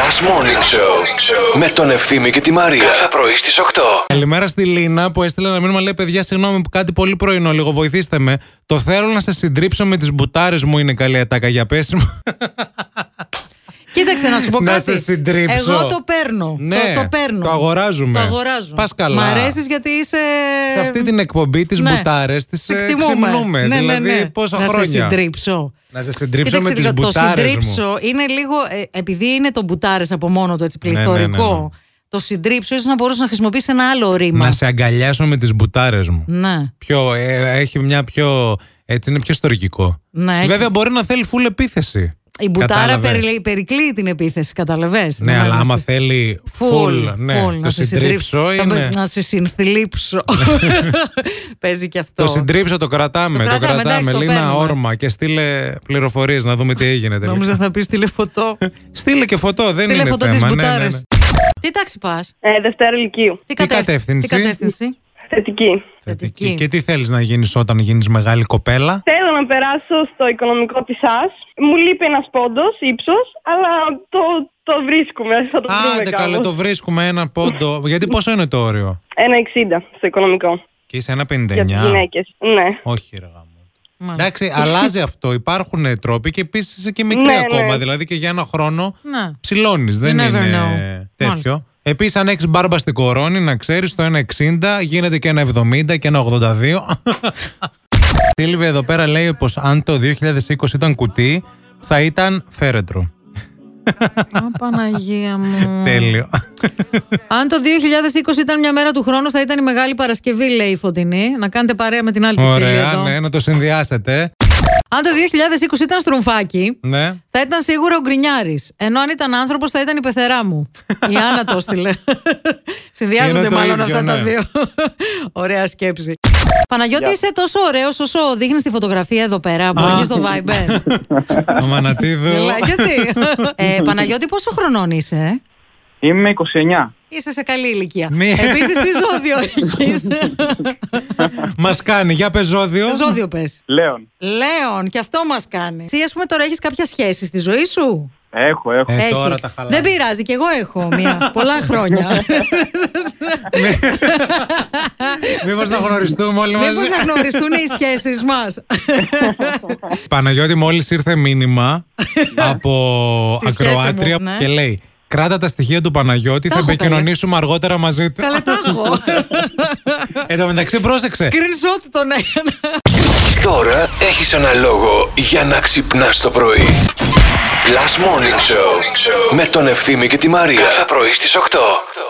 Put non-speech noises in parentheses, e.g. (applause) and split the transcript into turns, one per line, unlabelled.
Last Morning Show με τον Ευθύμη και τη Μαρία. Κάθε πρωί στις 8.
Καλημέρα στη Λίνα που έστειλε ένα μήνυμα. Λέει: Παιδιά, συγγνώμη που κάτι πολύ πρωινό, λίγο βοηθήστε με. Το θέλω να σα συντρίψω με τις μπουτάρες μου. Είναι καλή ατάκα για πέσιμο.
Κοίταξε να σου πω
Να
κάτι.
σε συντρίψω.
Εγώ το παίρνω.
Ναι,
το, το παίρνω.
το αγοράζουμε.
Το αγοράζω.
Πας καλά.
Μ' αρέσεις γιατί είσαι.
Σε αυτή την εκπομπή τις
Ε, Ναι.
μπουτάρες τις
Σε εκτιμούμε.
ξυμνούμε.
Ναι, ναι,
ε, δηλαδή,
ναι.
πόσα
να
χρόνια.
σε συντρίψω.
Να σε συντρίψω
Κοίταξε
με τις
λίγο, το
μπουτάρες μου.
συντρίψω είναι λίγο. ε, επειδή είναι το μπουτάρες από μόνο του έτσι
Ναι, ναι, ναι,
πληθωρικό.
ναι.
Το συντρίψω ίσως να μπορούσε να χρησιμοποιήσει ένα άλλο ρήμα.
Να σε αγκαλιάσω με τις μπουτάρες μου.
Ναι.
Πιο, ε, έχει μια πιο. Έτσι είναι πιο στοργικό.
Ναι, έχει.
Βέβαια μπορεί να θέλει φουλ επίθεση.
Η μπουτάρα
Κατάλαβες.
περι, περικλείει την επίθεση, καταλαβες.
Ναι,
Να
αλλά
μας-
άμα θέλει
Φουλ,
full, ναι,
φουλ,
το
σε
συντρίψω
Θα
είναι... Ναι.
μπο- Να σε συνθλίψω. (laughs) Παίζει και αυτό.
Το συντρίψω το κρατάμε, το
κρατάμε,
κρατάμε.
εντάξει, το
Λίνα,
παίρνουμε.
όρμα και στείλε πληροφορίες να δούμε τι έγινε τελικά.
Νόμιζα θα πεις
(laughs)
τηλεφωτό.
Στείλε και φωτό, δεν είναι
τηλεφωτό
θέμα.
της
ναι, ναι,
μπουτάρε.
ναι.
Τι τάξη πας,
Ε, Δευτέρα Λυκείου.
τι,
κατεύθυνση?
τι κατεύθυνση.
Θετική.
Θετική.
Θετική. Και τι θέλεις να γίνεις όταν γίνεις μεγάλη κοπέλα.
Θέλω να περάσω στο οικονομικό της ΑΣ. Μου λείπει ένας πόντος ύψος, αλλά το, το βρίσκουμε. Θα το βρούμε
Άντε καλέ,
κάπως.
το βρίσκουμε ένα πόντο. Γιατί πόσο είναι το όριο.
Ένα 60 στο οικονομικό.
Και είσαι ένα
Για τις
59.
γυναίκες. Ναι.
Όχι, ρε γάμο.
Μάλιστα.
Εντάξει, αλλάζει αυτό. Υπάρχουν τρόποι και επίσης είσαι και μικρή
Ναι,
ακόμα.
ναι.
Δηλαδή και για ένα χρόνο
Ναι.
ψηλώνεις. Δεν
You never
είναι
know.
τέτοιο.
Μάλιστα.
Επίσης, αν έχεις μπάρμπα στην κορώνη, να ξέρεις το 1,60 γίνεται και ένα 70 και ένα
(laughs)
82. Σίλβια εδώ πέρα λέει πως αν το 2020 ήταν κουτί, θα ήταν φέρετρο.
Α,
(laughs)
Παναγία μου.
Τέλειο.
Αν το 2020 ήταν μια μέρα του χρόνου, θα ήταν η Μεγάλη Παρασκευή, λέει η Φωτεινή. Να κάνετε παρέα με την άλλη τη φίλη
Ωραία,
εδώ.
ναι, να το συνδυάσετε.
Αν το 2020 ήταν στρουμφάκι,
Ναι.
(laughs) θα ήταν σίγουρα ο Γκρινιάρης. Ενώ αν ήταν άνθρωπος, θα ήταν η πεθερά μου. Η Άννα το
(laughs)
έστειλε.
Είναι
Συνδυάζονται
το
μάλλον
ίδιο,
αυτά τα
ναι.
δύο. (laughs) Ωραία σκέψη. Παναγιώτη, είσαι τόσο ωραίος όσο δείχνεις τη φωτογραφία εδώ πέρα που
Α. Ναι.
έχει στο
(laughs)
Viber.
Ο Μανατίδου.
ε. Μιλά, γιατί. ε, Παναγιώτη, πόσο χρονών είσαι, ε?
Είμαι 29.
Είσαι σε καλή ηλικία.
Μη-
Επίσης, τι ζώδιο
(laughs)
έχεις.
Μας κάνει, για πεζόδιο.
ζώδιο πες.
Λέων.
Λέων, και αυτό μας κάνει. Εσύ, ας πούμε, τώρα έχεις κάποια σχέση στη ζωή σου.
Έχω, έχω.
Ε,
Έχεις.
τώρα τα χαλάμε.
Δεν πειράζει, και εγώ έχω
(laughs)
μία. Πολλά χρόνια.
Μήπως να γνωριστούμε όλοι μαζί.
Μήπως να γνωριστούν οι σχέσεις μας.
(laughs) Παναγιώτη, μόλις ήρθε
(laughs)
μήνυμα από
Τη σχέση
ακροάτρια
μου, ναι.
και λέει: Κράτα τα στοιχεία του Παναγιώτη,
Τα
θα
έχω, καλέ.
επικοινωνήσουμε αργότερα μαζί του.
Καλά, τα έχω.
Ναι. Εν τω μεταξύ, πρόσεξε.
Screenshot τον έκανα.
Τώρα έχεις ένα λόγο για να ξυπνάς το πρωί. Last Morning Show με τον Ευθύμη και τη Μαρία. Κάθε πρωί στις 8.